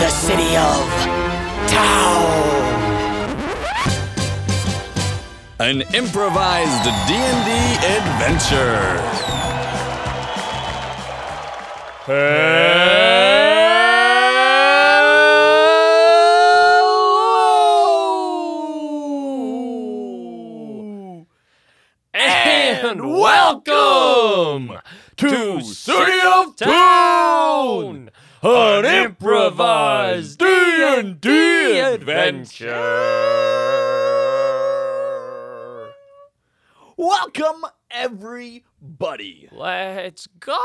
the city of Tau. An improvised D&D adventure. Hello! And welcome to City of Town, an improvised D&D adventure. Welcome everybody. Let's go.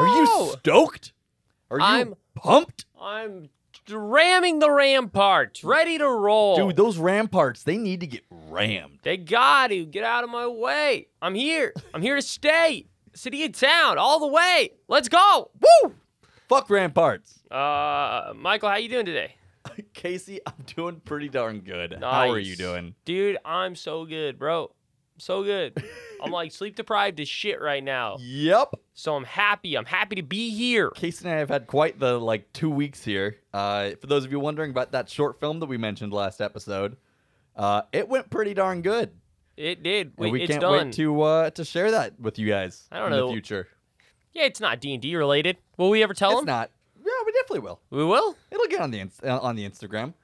Are you stoked? Are you I'm- pumped? I'm ramming the rampart, ready to roll. Dude, those ramparts, they need to get rammed. They got to get out of my way. I'm here. I'm here to stay. City of town, all the way. Let's go. Woo! Fuck ramparts. Uh, Michael, how you doing today? Casey, I'm doing pretty darn good. How are you Nice. doing? Dude, I'm so good, bro. So good. I'm like sleep deprived as shit right now. Yep. So I'm happy. I'm happy to be here. Casey and I have had quite the like two weeks here. Uh, for those of you wondering about that short film that we mentioned last episode, uh, it went pretty darn good. It did. And We, we it's can't done. wait to uh, to share that with you guys I don't in the know. future. yeah, it's not D&D related. Will we ever tell It's them? not. Yeah, we definitely will. We will. It'll get on the ins- uh, on the Instagram.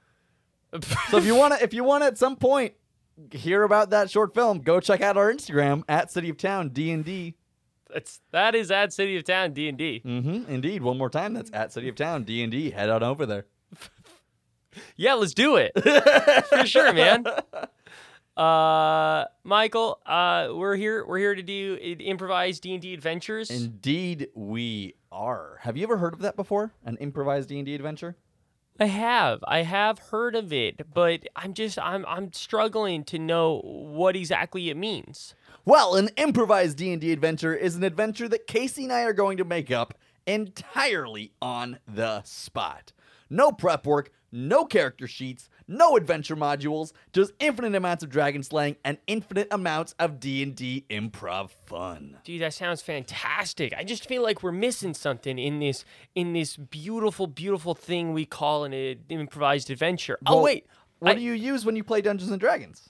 So if you want to, if you want to at some point hear about that short film, go check out our Instagram at City of Town D and D. That's that is at City of Town D&D. Mm-hmm. Indeed. One more time, that's at City of Town D and D. Head on over there. Yeah, let's do it. For sure, man. Uh, Michael, uh, we're here. We're here to do i- improvised D and D adventures. Indeed, we are. Have you ever heard of that before? An improvised D and D adventure? I have, I have heard of it, but I'm just, I'm, I'm struggling to know what exactly it means. Well, an improvised D and D adventure is an adventure that Casey and I are going to make up entirely on the spot. No prep work, no character sheets, no adventure modules, just infinite amounts of dragon slaying and infinite amounts of D and D improv fun. Dude, that sounds fantastic. I just feel like we're missing something in this, in this beautiful, beautiful thing we call an uh, improvised adventure. oh Well, wait, What I- do you use when you play Dungeons and Dragons?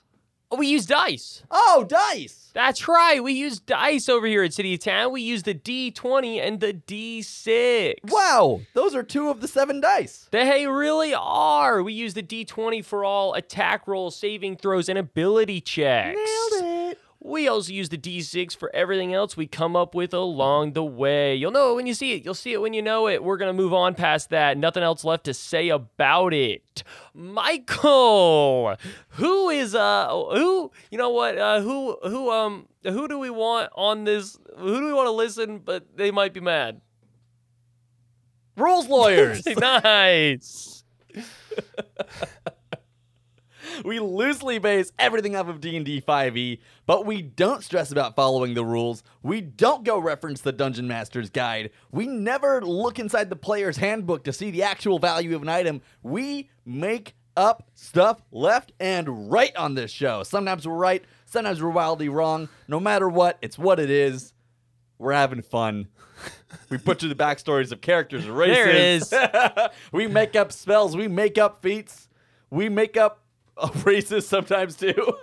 oh, we use dice. Oh, dice. That's right. We use dice over here at City of Town. We use the D20 and the D6. Wow, those are two of the seven dice. They really are. We use the D20 for all attack rolls, saving throws, and ability checks. it. We also use the D6 for everything else we come up with along the way. You'll know it when you see it. You'll see it when you know it. We're going to move on past that. Nothing else left to say about it. Michael, who is uh who, you know what? Uh who who um who do we want on this who do we want to listen but they might be mad? Rules lawyers. nice. we loosely base everything off of D&D 5e, E, but we don't stress about following the rules. We don't go reference the Dungeon Master's Guide. We never look inside the player's handbook to see the actual value of an item. We make up stuff left and right on this show. Sometimes we're right, sometimes we're wildly wrong. No matter what, it's what it is. We're having fun. We butcher the backstories of characters and races. There it we make up spells. We make up feats. We make up uh, races sometimes too.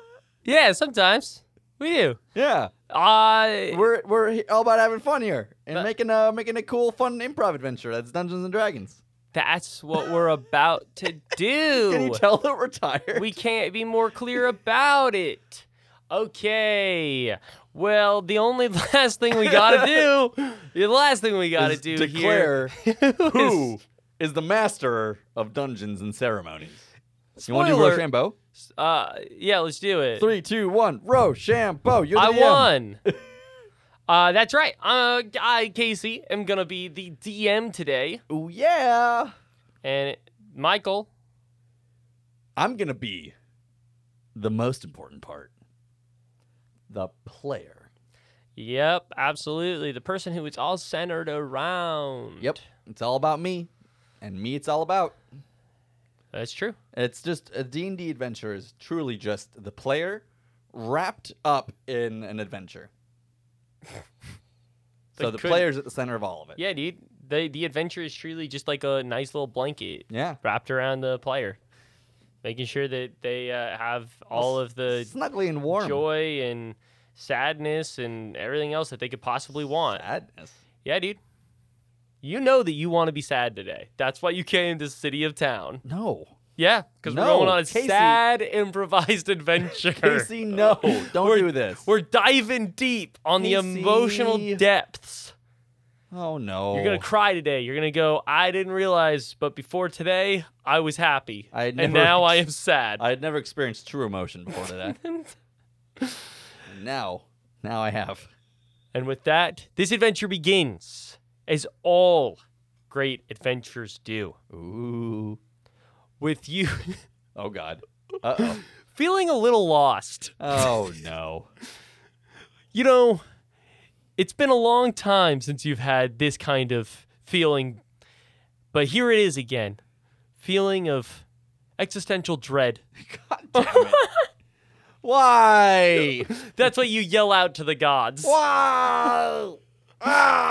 Yeah, sometimes we do. yeah, Uh we're we're he- all about having fun here and making a making a cool, fun improv adventure. That's Dungeons and Dragons. that's what we're about to do. Can you tell that we're tired? we can't be more clear about it. Okay. Well, the only last thing we gotta do, the last thing we gotta Is do declare here, who is- is the master of dungeons and ceremonies. You want to do spoiler. Rochambeau? uh, yeah, let's do it. Three, two, one. Rochambeau. You're the I DM. won. uh, that's right. Uh, I Casey am gonna be the DM today, Ooh, yeah. and Michael. I'm gonna be the most important part. The player. Yep, absolutely. The person who it's all centered around. Yep. It's all about me, and me. It's all about. that's true. It's just a D&D adventure is truly just the player wrapped up in an adventure. so Like, the could- player's at the center of all of it. Yeah, dude. the the adventure is truly just like a nice little blanket Yeah. wrapped around the player, making sure that they uh, have all of the Snuggly and warm. joy and sadness and everything else that they could possibly want. Sadness. Yeah, dude. You know that you want to be sad today. That's why you came to City of Town. No. Yeah, because No, we're going on a Casey. sad improvised adventure. Casey, no. Don't We're- do this. We're diving deep on the emotional Casey. depths. Oh, no. You're gonna cry today. You're gonna go. I didn't realize, but before today, I was happy, I had and never- now I am sad. I had never experienced true emotion before today. And now, now I have. and with that, this adventure begins, as all great adventures do, Ooh. with you Oh God. Uh oh. feeling a little lost. Oh no. You know, it's been a long time since you've had this kind of feeling, but here it is again, feeling of existential dread. God damn it. Why? That's what you yell out to the gods. Why?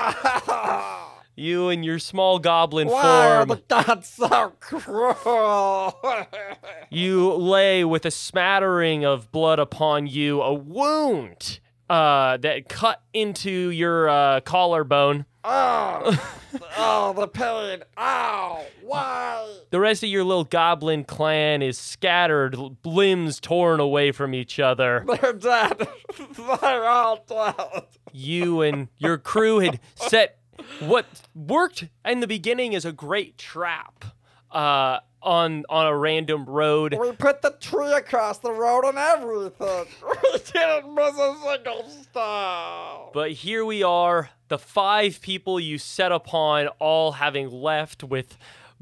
Ah! You in your small goblin Why are form. the gods so cruel? You lay with a smattering of blood upon you, a wound uh, that cut into your uh, collarbone. oh, oh, the pain. Ow. Why? The rest of your little goblin clan is scattered, l- limbs torn away from each other. They're dead. They're all dead. You and your crew had set what worked in the beginning as a great trap uh, on on a random road. We put the tree across the road and everything. We didn't miss a single stop. But here we are, the five people you set upon, all having left with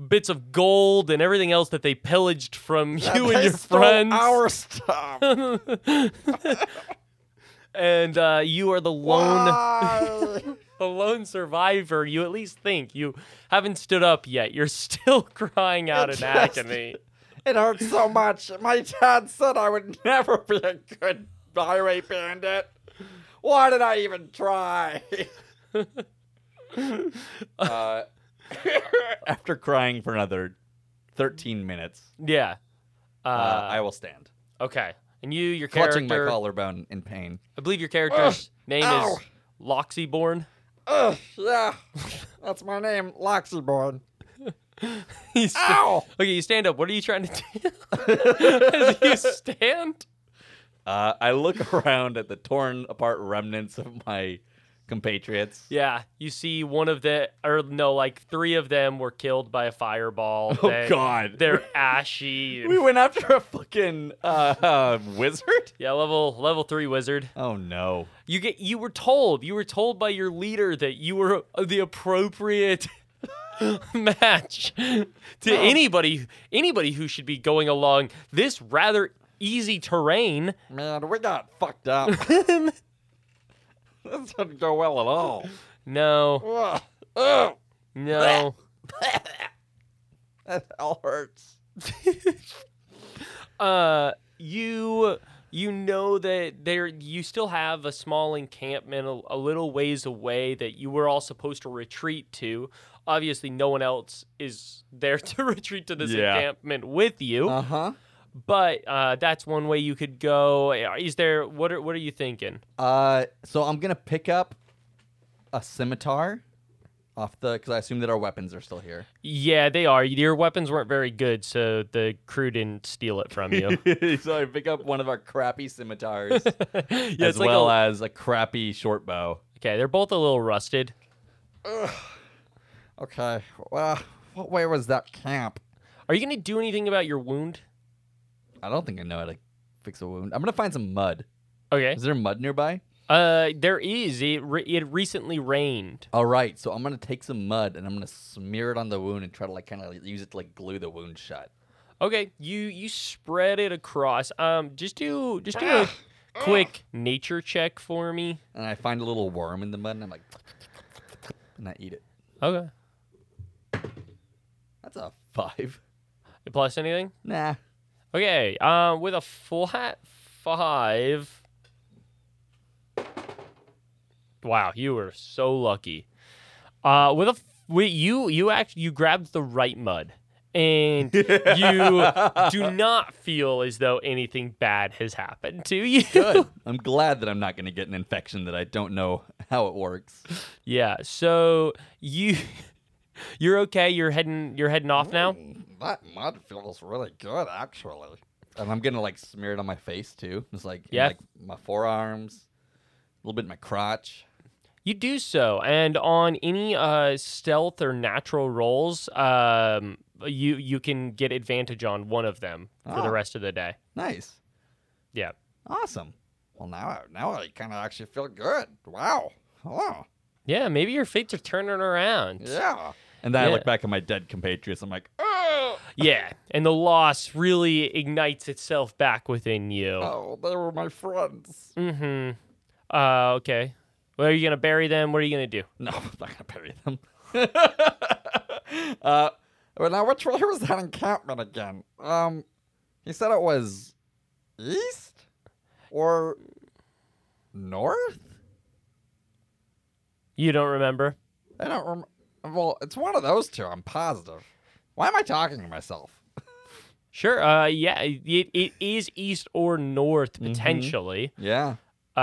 bits of gold and everything else that they pillaged from you and They your stole friends. Our stuff. and uh, you are the lone, Why? the lone survivor. You at least think you haven't stood up yet. You're still crying out in Just- agony. it hurts so much. My dad said I would never be a good highway bandit. Why did I even try? uh, after crying for another 13 minutes, Yeah. Uh, uh, I will stand, okay. And you, your clutching my character, collarbone in pain. I believe your character's name Ow. is Loxyborn. Ugh, yeah. That's my name, Loxyborn. He's st- Ow! Okay, you stand up. What are you trying to do? As you stand? Uh, I look around at the torn apart remnants of my compatriots. Yeah, you see one of the, or no, like three of them were killed by a fireball. Oh, God. They're ashy. We went after a fucking uh, uh, wizard? yeah, level level three wizard. Oh no. You get you were told you were told by your leader that you were the appropriate match to anybody anybody who should be going along this rather easy terrain. Man, we got fucked up. this didn't go well at all. No, Ugh. Ugh. no. That all hurts. uh you you know that there you still have a small encampment a, a little ways away that you were all supposed to retreat to obviously no one else is there to retreat to this Yeah. encampment with you Uh huh. but uh that's one way you could go Uh, is there what are what are you thinking Uh, so I'm gonna pick up a scimitar off the because I assume that our weapons are still here. yeah they are your weapons weren't very good so the crew didn't steal it from you so I pick up one of our crappy scimitars yeah, as it's like well a- as a crappy short bow. okay they're both a little rusted Okay. Well, what way was that camp? are you gonna do anything about your wound I don't think I know how to fix a wound. I'm gonna find some mud. okay Is there mud nearby? Uh, there is. It re- it recently rained. All right. So I'm gonna take some mud and I'm gonna smear it on the wound and try to like kind of use it to like glue the wound shut. Okay, you you spread it across. Um, just do just do a quick nature check for me. And I find a little worm in the mud and I'm like, and I eat it. Okay. That's a five. Plus anything? Nah. Okay. Um, with a flat five. Wow, you were so lucky. Uh, with a f- Wait, you you act you grabbed the right mud. And you do not feel as though anything bad has happened to you. Good. I'm glad that I'm not going to get an infection that I don't know how it works. Yeah. So you you're okay. You're heading you're heading off now. That mud feels really good, actually. And I'm gonna like smear it on my face too. It's like in, Yeah. like my forearms, a little bit in my crotch. You do so, and on any uh, stealth or natural rolls, um, you you can get advantage on one of them for Ah. the rest of the day. Nice, Yeah. awesome. Well, now I, now I kind of actually feel good. Wow. Oh, Yeah, maybe your fates are turning around. yeah. And then I look Yeah. Oh. back at my dead compatriots. I'm like, Yeah, and the loss really ignites itself back within you. oh, they were my friends. Mm-hmm. Uh, okay. Well, are you gonna bury them? What are you gonna do? No, I'm not gonna bury them. uh, well, now which way was that encampment again? Um, he said it was east or north. You don't remember? I don't remember. Well, it's one of those two. I'm positive. Why am I talking to myself? Sure. Uh, yeah, it, it is east or north potentially. Yeah, Uh,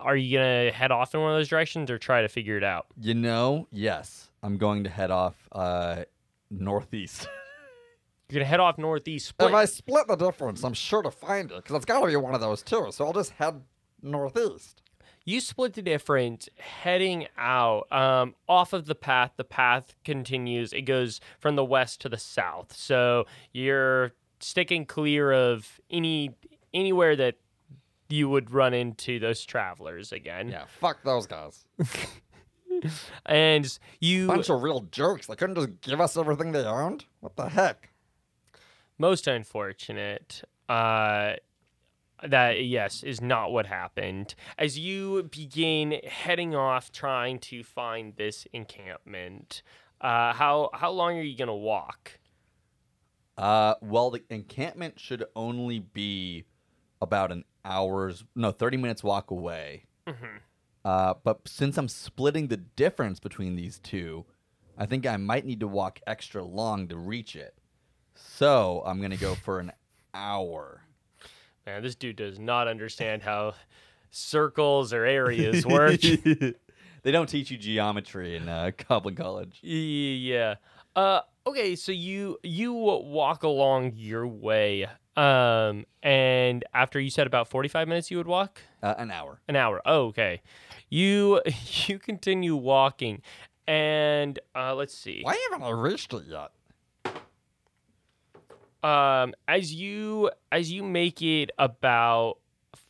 are you gonna head off in one of those directions or try to figure it out? you know, yes, I'm going to head off uh northeast. You're gonna head off northeast. Split. if I split the difference, I'm sure to find it because it's got to be one of those two. So I'll just head northeast. you split the difference heading out um, off of the path. The path continues. It goes from the west to the south. So you're sticking clear of any anywhere that you would run into those travelers again. Yeah, fuck those guys. And you bunch of real jerks. They couldn't just give us everything they owned. What the heck? most unfortunate uh that yes is not what happened as you begin heading off trying to find this encampment uh how how long are you gonna walk Uh, well, the encampment should only be about an hour's, no, thirty minutes walk away. Uh, but since I'm splitting the difference between these two, I think I might need to walk extra long to reach it. So I'm gonna go for an hour. man this dude does not understand how circles or areas work they don't teach you geometry in uh, Goblin College. Yeah. Uh, okay, so you you walk along your way, um, and after you said about forty five minutes, you would walk Uh, an hour. an hour. Oh, okay. You you continue walking, and uh, let's see. Why haven't I reached it yet? Um, as you as you make it about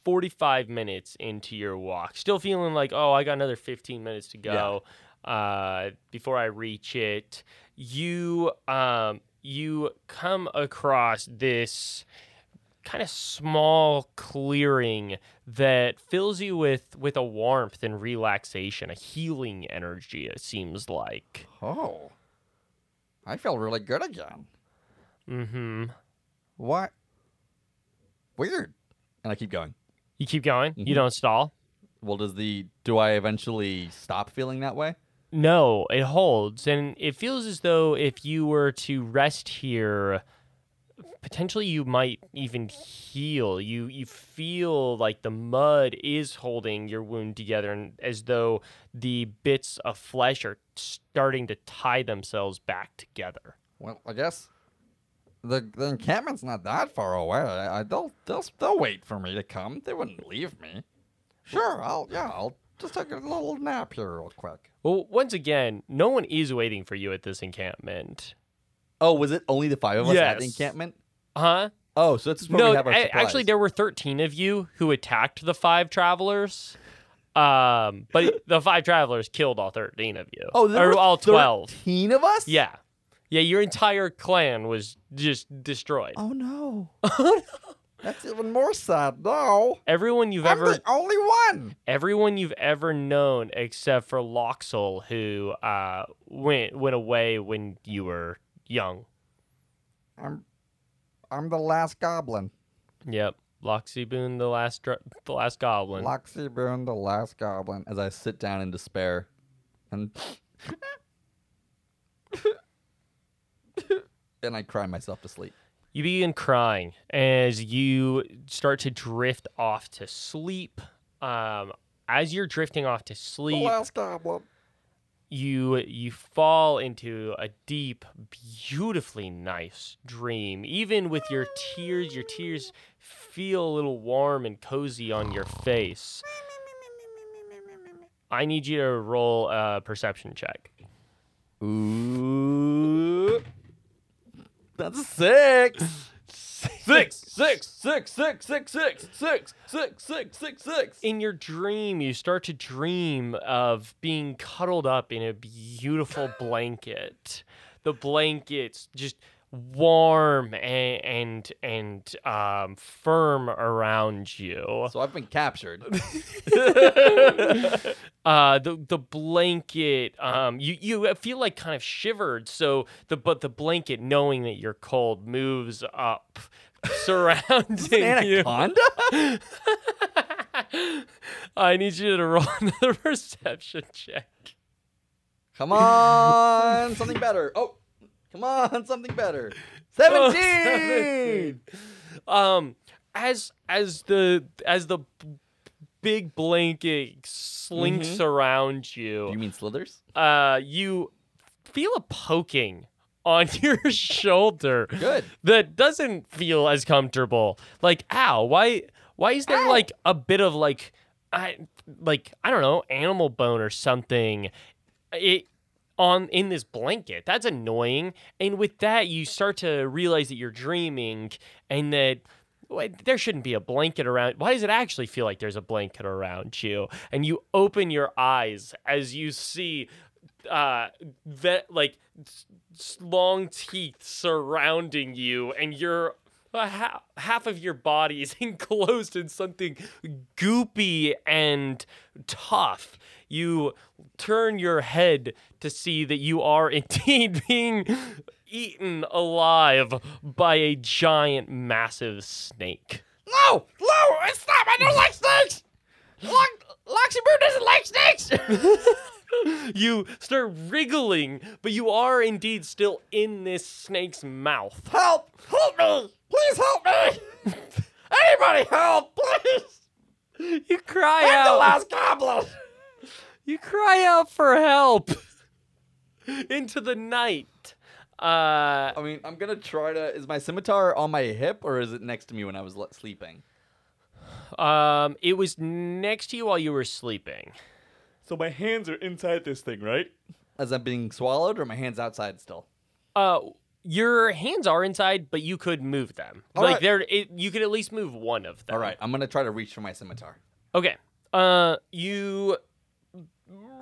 forty five minutes into your walk, still feeling like oh I got another fifteen minutes to go uh, before I reach it. You um you come across this kind of small clearing that fills you with with a warmth and relaxation, a healing energy. It seems like. Oh, I feel really good again. Mm-hmm. What? Weird. And I keep going. You keep going. Mhm. You don't stall. Well, does the do I eventually stop feeling that way? No, it holds. And it feels as though if you were to rest here, potentially you might even heal. You you feel like the mud is holding your wound together and as though the bits of flesh are starting to tie themselves back together. Well, I guess the the encampment's not that far away. I, I, they'll they'll they'll wait for me to come. They wouldn't leave me. Sure, I'll yeah, I'll just take a little nap here real quick. Well, once again, no one is waiting for you at this encampment. Oh, was it only the five of us at the Yes. encampment? Huh? Oh, so this is where no, we have our a- supplies. actually, there were 13 of you who attacked the five travelers. Um, but the five travelers killed all 13 of you. oh, there or were all 12. Thirteen of us. Yeah. Yeah, your entire clan was just destroyed. Oh no. That's even more sad. No. Everyone you've I'm ever the only one. everyone you've ever known except for Loxel who uh went went away when you were young. I'm I'm the last goblin. Yep. Loxy Boone the last dr- the last goblin. Loxy Boone, the last goblin. As I sit down in despair and and I cry myself to sleep. You begin crying as you start to drift off to sleep. Um, as you're drifting off to sleep, Oh, you you fall into a deep, beautifully nice dream. Even with your tears, your tears feel a little warm and cozy on your face. I need you to roll a perception check. Ooh. That's a six. Six, six, six, six, six, six, six, six, six, six, six. in your dream, you start to dream of being cuddled up in a beautiful blanket. The blanket's just warm and and, and um, firm around you. So I've been captured. Uh, the the blanket, um, you you feel like kind of shivered. So the but the blanket, knowing that you're cold, moves up, surrounding you. Anaconda? I need you to roll another perception check. Come on, something better. Oh, come on, something better. 17. um as as the as the b- big blanket slinks around you mean slithers? uh you feel a poking on your shoulder Good. that doesn't feel as comfortable like ow why why is there like a bit of like i like i don't know animal bone or something it on in this blanket. That's annoying. And with that, you start to realize that you're dreaming and that wait, there shouldn't be a blanket around. Why does it actually feel like there's a blanket around you? And you open your eyes as you see uh that like s- s- long teeth surrounding you and you're uh, ha- half of your body is enclosed in something goopy and tough. You turn your head to see that you are indeed being eaten alive by a giant, massive snake. No, no, it's stop. I don't like snakes. Luxembourg doesn't like snakes. You start wriggling, but you are indeed still in this snake's mouth. Help, help me. Please help me. Anybody help, please. You cry I'm out. the last goblin. You cry out for help into the night. Uh, I mean, I'm going to try to. Is my scimitar on my hip or is it next to me when I was le- sleeping? um, it was next to you while you were sleeping. So my hands are inside this thing, right? As I'm being swallowed or my hands outside still? Uh, your hands are inside, but you could move them. All like right. there, it, you could at least move one of them. All right, I'm going to try to reach for my scimitar. Okay. Uh, you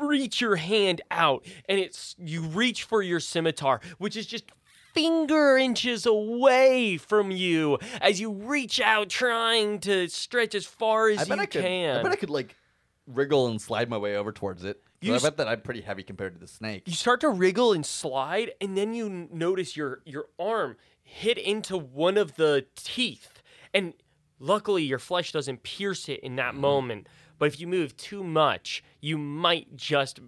reach your hand out, and it's you reach for your scimitar, which is just finger inches away from you as you reach out trying to stretch as far as I bet you I could. can I bet I could like wriggle and slide my way over towards it. 'Cause You I s- bet that I'm pretty heavy compared to the snake. you start to wriggle and slide and then you n- notice your your arm hit into one of the teeth and luckily your flesh doesn't pierce it in that moment but if you move too much you might just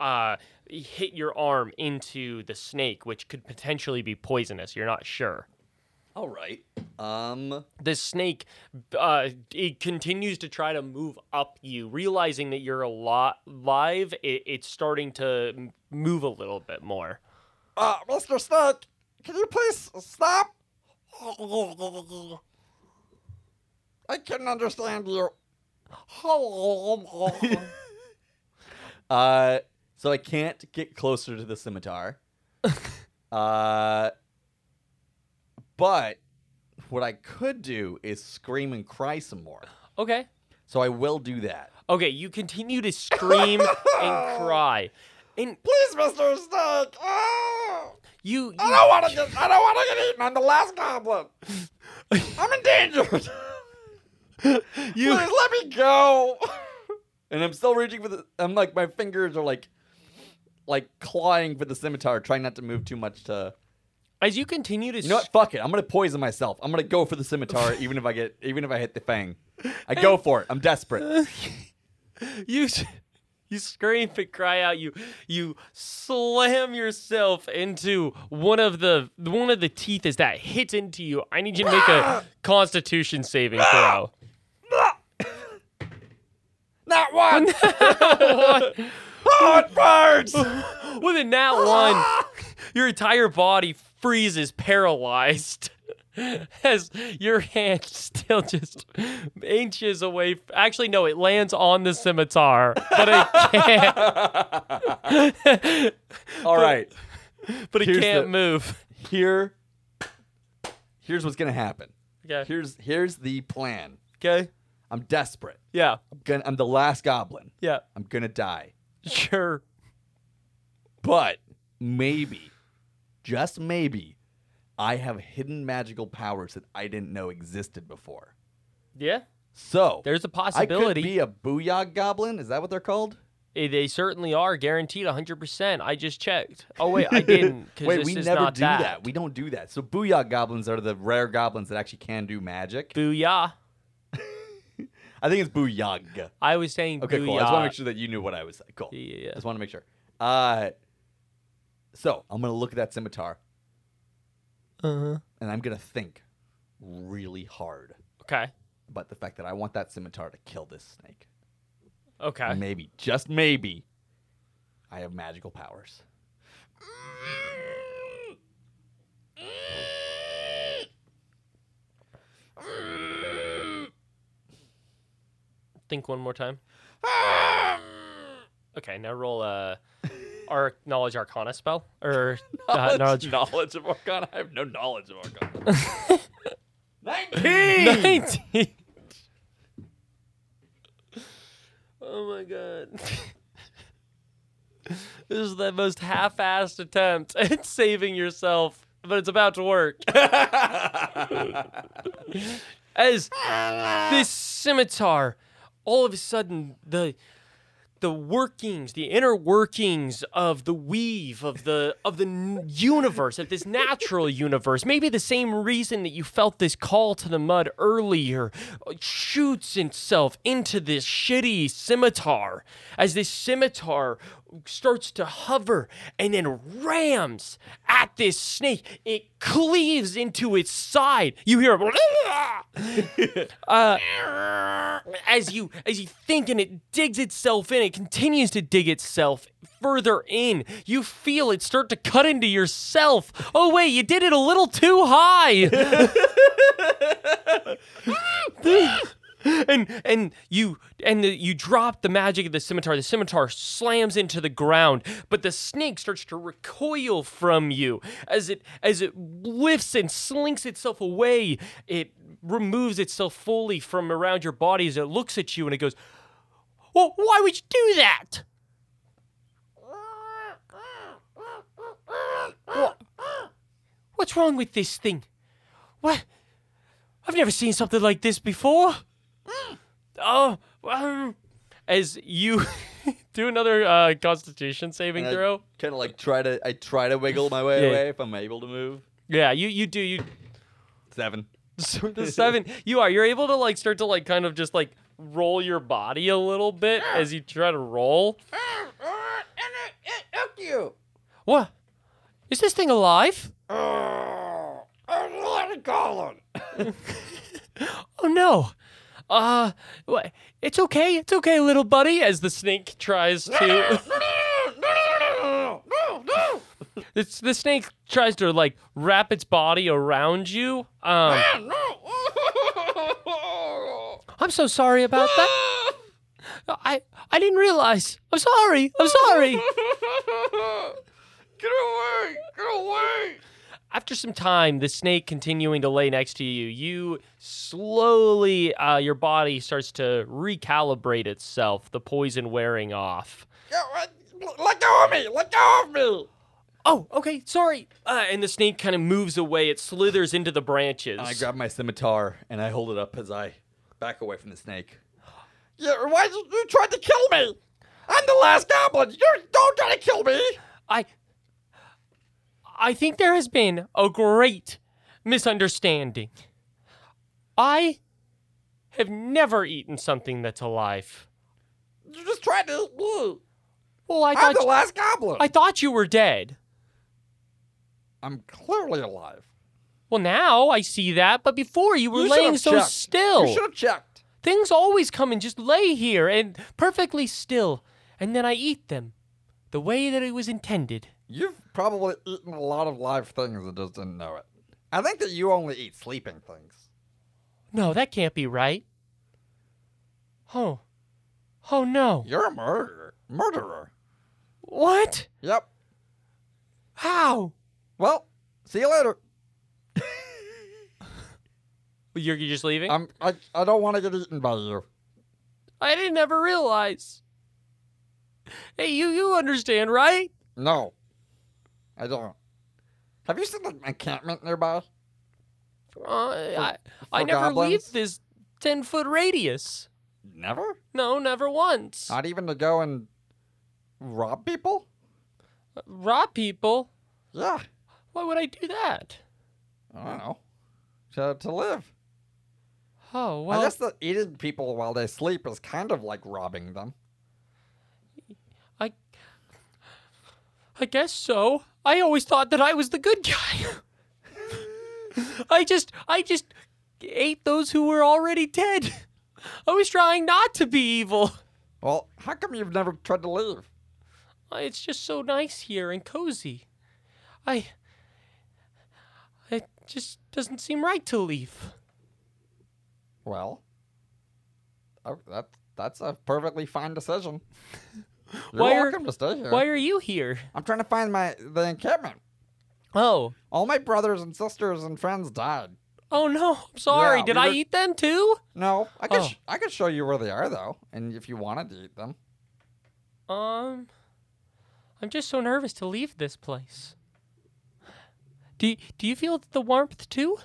uh, hit your arm into the snake which could potentially be poisonous you're not sure All right. Um. the snake uh, it continues to try to move up you realizing that you're a lot live it, it's starting to m- move a little bit more Uh, Mr. Snake, can you please stop? I couldn't understand you. uh, so I can't get closer to the scimitar. uh, but what I could do is scream and cry some more. okay So I will do that. Okay, you continue to scream and cry. And Please, Mr. Snake! Oh! you, you want to get. I don't want to get eaten. I'm the last goblin. I'm endangered. You- Please let me go. and I'm still reaching for the. I'm like my fingers are like, like clawing for the scimitar, trying not to move too much. To as you continue to you know what? Fuck it. I'm gonna poison myself. I'm gonna go for the scimitar, even if I get, even if I hit the fang. I go for it. I'm desperate. s- you s- You scream and cry out. You you slam yourself into one of the one of the teeth as that hits into you. I need you to make a Constitution saving throw. Not one! oh, it burns! Within that one, your entire body freezes paralyzed as your hand still just inches away. Actually, no, it lands on the scimitar, but it can't. All right. but it Here's can't the- move. Here, here's what's gonna happen. Okay. Here's here's the plan. Okay. I'm desperate. Yeah. I'm gonna. I'm the last goblin. Yeah. I'm gonna die. Sure. But maybe, just maybe, I have hidden magical powers that I didn't know existed before. Yeah. So There's a I could possibility. be a booyah goblin. Is that what they're called? Eh, they certainly are guaranteed 100%. I just checked. Oh, wait, I didn't. 'cause Wait, this we is never not do that. We don't do that. So booyah goblins are the rare goblins that actually can do magic. Booyah. I think it's booyah. I was saying Okay, booyah. cool. I just want to make sure that you knew what I was. Cool. Yeah, yeah, yeah. I just want to make sure. Uh, so I'm gonna look at that scimitar Uh-huh. and I'm gonna think really hard Okay. about the fact that I want that scimitar to kill this snake. Okay. Maybe, just maybe, I have magical powers. Think one more time. okay, now roll a our knowledge arcana spell or uh, knowledge. knowledge of Arcana. I have no knowledge of Arcana. Nineteen. 19. oh my god. this is the most half-assed attempt at saving yourself, but it's about to work. As this scimitar, all of a sudden the the workings, the inner workings of the weave of the of the n- universe, of this natural universe. Maybe the same reason that you felt this call to the mud earlier uh, shoots itself into this shitty scimitar as this scimitar starts to hover and then rams at this snake. It cleaves into its side. You hear a Uh, as you as you think and it digs itself in it continues to dig itself further in you feel it start to cut into yourself oh wait you did it a little too high and and you and the, you drop the magic of the scimitar the scimitar slams into the ground but the snake starts to recoil from you as it as it lifts and slinks itself away it removes itself fully from around your body as it looks at you and it goes well why would you do that Wha- what's wrong with this thing what I've never seen something like this before. Oh, um, as you do another uh, Constitution saving throw. Kind of like try to. I try to wiggle my way Yeah. away if I'm able to move. Yeah, you you do you Seven. so the seven. You are you're able to like start to like kind of just like roll your body a little bit as you try to roll. you. What is this thing alive? Oh, I'm Colin. Oh no. Uh, wha- it's okay. It's okay, little buddy. As the snake tries to. No, no, no. It's, the snake tries to like wrap its body around you. Um, I'm so sorry about that. I I didn't realize. I'm sorry. I'm sorry. Get away! Get away! After some time, the snake continuing to lay next to you, you slowly uh, your body starts to recalibrate itself. The poison wearing off. Let go of me! Let go of me! Oh, okay. Sorry. Uh, and the snake kind of moves away. It slithers into the branches. And I grab my scimitar and I hold it up as I back away from the snake. Yeah, why you you tried to kill me? I'm the last goblin. You don't try to kill me. I I think there has been a great misunderstanding. I have never eaten something that's alive. You're just trying to. Ugh. Well, I I'm thought the last goblin. I thought you were dead. I'm clearly alive. Well, now I see that, but before you were You should laying have so checked. still. You should have checked. Things always come and just lay here and perfectly still, and then I eat them the way that it was intended. You've probably eaten a lot of live things and just didn't know it. I think that you only eat sleeping things. No, that can't be right. Oh. Oh no. You're a murderer. Murderer. What? Yep. How? Well, see you later. You're you're just leaving? I'm. I. I don't want to get eaten by you. I didn't ever realize. Hey, you you understand, right? No. I don't. Have you seen an encampment nearby? Uh, I I for never goblins? leave this ten foot radius. Never. No, never once. Not even to go and rob people. Rob people. Yeah. Why would I do that? I don't know. To to live. Oh well. I guess that eating people while they sleep is kind of like robbing them. I I guess so. I always thought that I was the good guy. I just I just ate those who were already dead. I was trying not to be evil. Well, how come you've never tried to leave? Uh, It's just so nice here and cozy. I it just doesn't seem right to leave. Well, oh, that that's a perfectly fine decision. You're Why are- welcome to stay here. Why are you here? I'm trying to find my the encampment. Oh. All my brothers and sisters and friends died. Oh no, I'm sorry. Yeah, Did we I were- eat them too? No, I could Oh. sh- I could show you where they are though, and if you wanted to eat them, Um, I'm just so nervous to leave this place. Do y- do you feel the warmth too?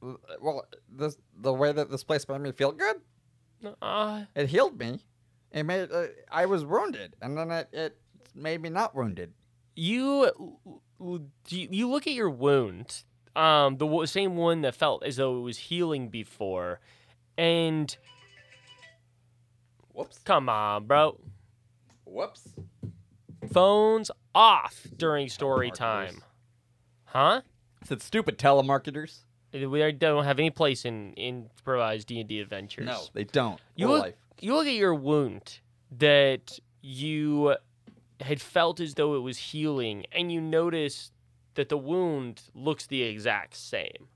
Uh, well, this the way that this place made me feel good, Uh, it healed me. It made uh, I was wounded, and then it, it made me not wounded. you you look at your wound, um, the wo- same one that felt as though it was healing before, and Whoops! come on, bro, Whoops! phones off during story time, huh? I said, stupid telemarketers. We don't have any place in improvised D and D adventures. No, they don't. You Real look, life. you look at your wound that you had felt as though it was healing, and you notice that the wound looks the exact same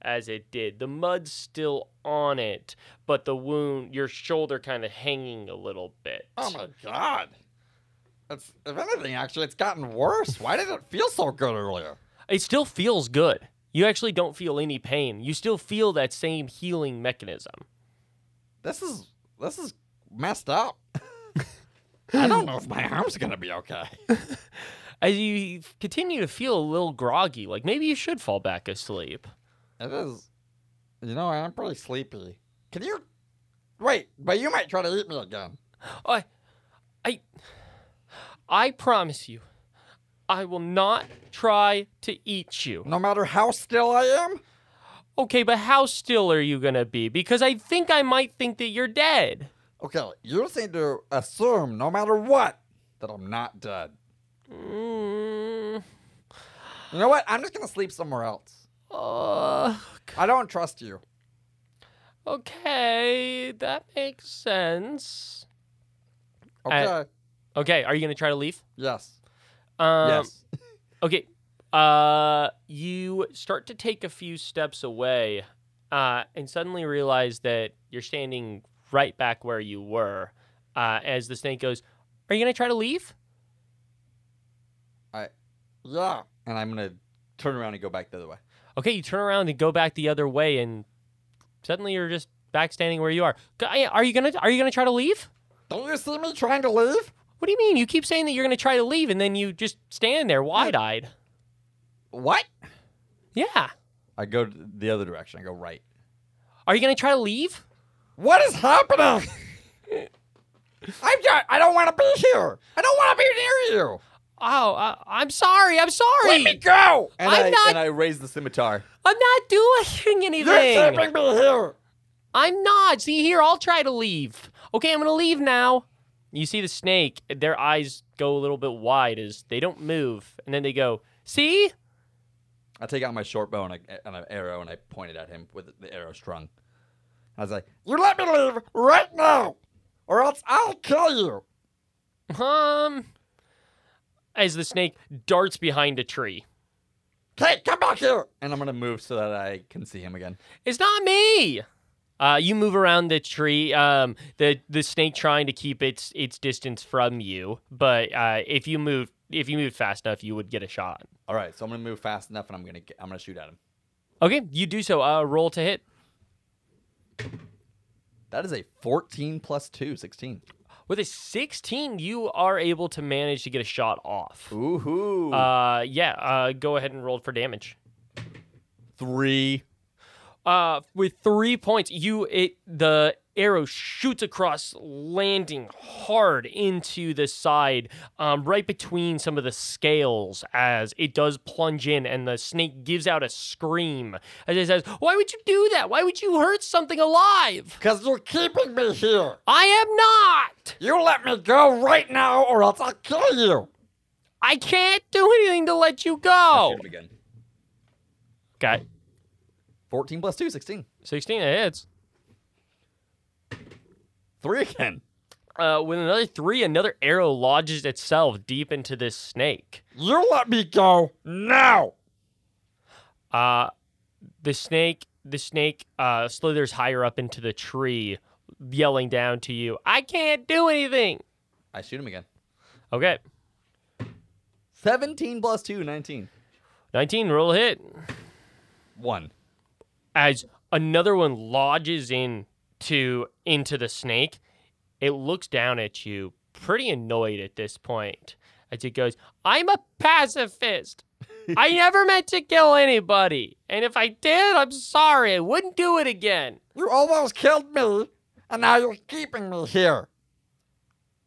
as it did. The mud's still on it, but the wound, your shoulder kind of hanging a little bit. Oh my god! It's if anything, actually, it's gotten worse. Why did it feel so good earlier? It still feels good. You actually don't feel any pain. You still feel that same healing mechanism. This is this is messed up. I don't know if my arm's gonna be okay. As you continue to feel a little groggy, like maybe you should fall back asleep. It is. You know, I'm pretty sleepy. Can you? Wait, but you might try to eat me again. I, I, I promise you, I will not try to eat you. No matter how still I am. Okay, but how still are you gonna be? Because I think I might think that you're dead. Okay, you seem to assume, no matter what, that I'm not dead. Mm, You know what? I'm just gonna sleep somewhere else. uh, I don't trust you. okay, that makes sense. Okay. Okay, are you gonna try to leave? yes. Um, yes. Okay. Uh, you start to take a few steps away, uh, and suddenly realize that you're standing right back where you were. Uh, as the snake goes, "Are you gonna try to leave?" Yeah. And I'm gonna turn around and go back the other way. Okay, you turn around and go back the other way, and suddenly you're just back standing where you are. G- I- Are you gonna Are you gonna try to leave? Don't you see me trying to leave? What do you mean? You keep saying that you're gonna try to leave, and then you just stand there wide eyed. What? Yeah. I go t- the other direction. I go right. Are you gonna try to leave? What is happening? I'm not, I don't want to be here. I don't want to be near you. Oh, I, I'm sorry. I'm sorry. Let me go. And I'm I- not- and I raise the scimitar. I'm not doing anything. You're keeping me here. I'm not. See here, I'll try to leave. Okay, I'm gonna leave now. You see the snake, their eyes go a little bit wide as they don't move, and then they go, "See?" I take out my short bow and, I, and an arrow and I point it at him with the arrow strung. I was like, You let me leave right now, or else I'll kill you. Um, as the snake darts behind a tree. Kate, come back here. and I'm gonna move so that I can see him again. It's not me. Uh, you move around the tree. Um, the the snake trying to keep its its distance from you, but uh, if you move if you move fast enough, you would get a shot. All right, so I'm gonna move fast enough, and I'm gonna get, I'm gonna shoot at him. Okay, you do so. Uh, roll to hit. That is a 14 plus two, 16. With a 16, you are able to manage to get a shot off. Ooh hoo! Uh, yeah, uh, go ahead and roll for damage. Three. Uh, with three points, you it the arrow shoots across, landing hard into the side, um, right between some of the scales. As it does plunge in, and the snake gives out a scream as it says, "Why would you do that? Why would you hurt something alive? Because you're keeping me here. I am not. You let me go right now, or else I'll kill you. I can't do anything to let you Oh. go." Shoot him again. Got 14 plus two, 16. 16 that hits. Three again. Uh, with another three, another arrow lodges itself deep into this snake. You let me go now. Uh, the snake, the snake, uh, slithers higher up into the tree, yelling down to you. I can't do anything. I shoot him again. Okay, 17 plus two, 19. nineteen, roll a hit. One. As another one lodges in to into the snake, it looks down at you, pretty annoyed at this point. As it goes, I'm a pacifist. I never meant to kill anybody, and if I did, I'm sorry. I wouldn't do it again. You almost killed me, and now you're keeping me here.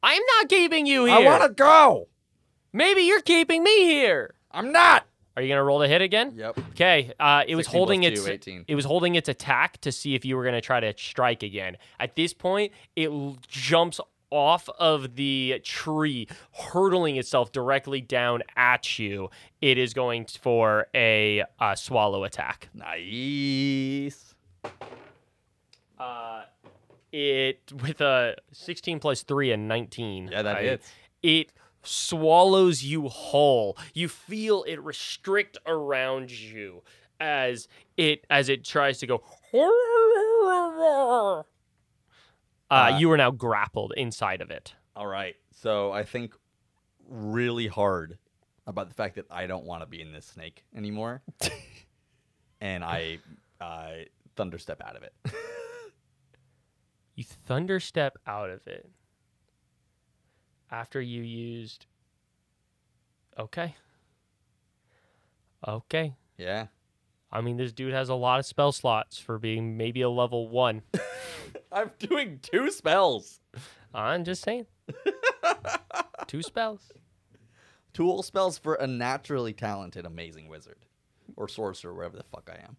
I'm not keeping you here. I want to go. Maybe you're keeping me here. I'm not. Are you gonna roll the hit again? Yep. Okay. Uh, it was 16 holding plus its two, 18. it was holding its attack to see if you were gonna try to strike again. At this point, it l- jumps off of the tree, hurtling itself directly down at you. It is going t- for a uh, swallow attack. Nice. Uh, it with a 16 plus three and 19. Yeah, that I- hits. it swallows you whole. You feel it restrict around you as it as it tries to go. Uh, Uh, you are now grappled inside of it. All right. So I think really hard about the fact that I don't want to be in this snake anymore, and I I thunderstep out of it. You thunderstep out of it after you used. Okay. Okay. yeah. I mean, this dude has a lot of spell slots for being maybe a level one. I'm doing two spells. I'm just saying. Two spells. Tool spells for a naturally talented, amazing wizard or sorcerer, wherever the fuck I am.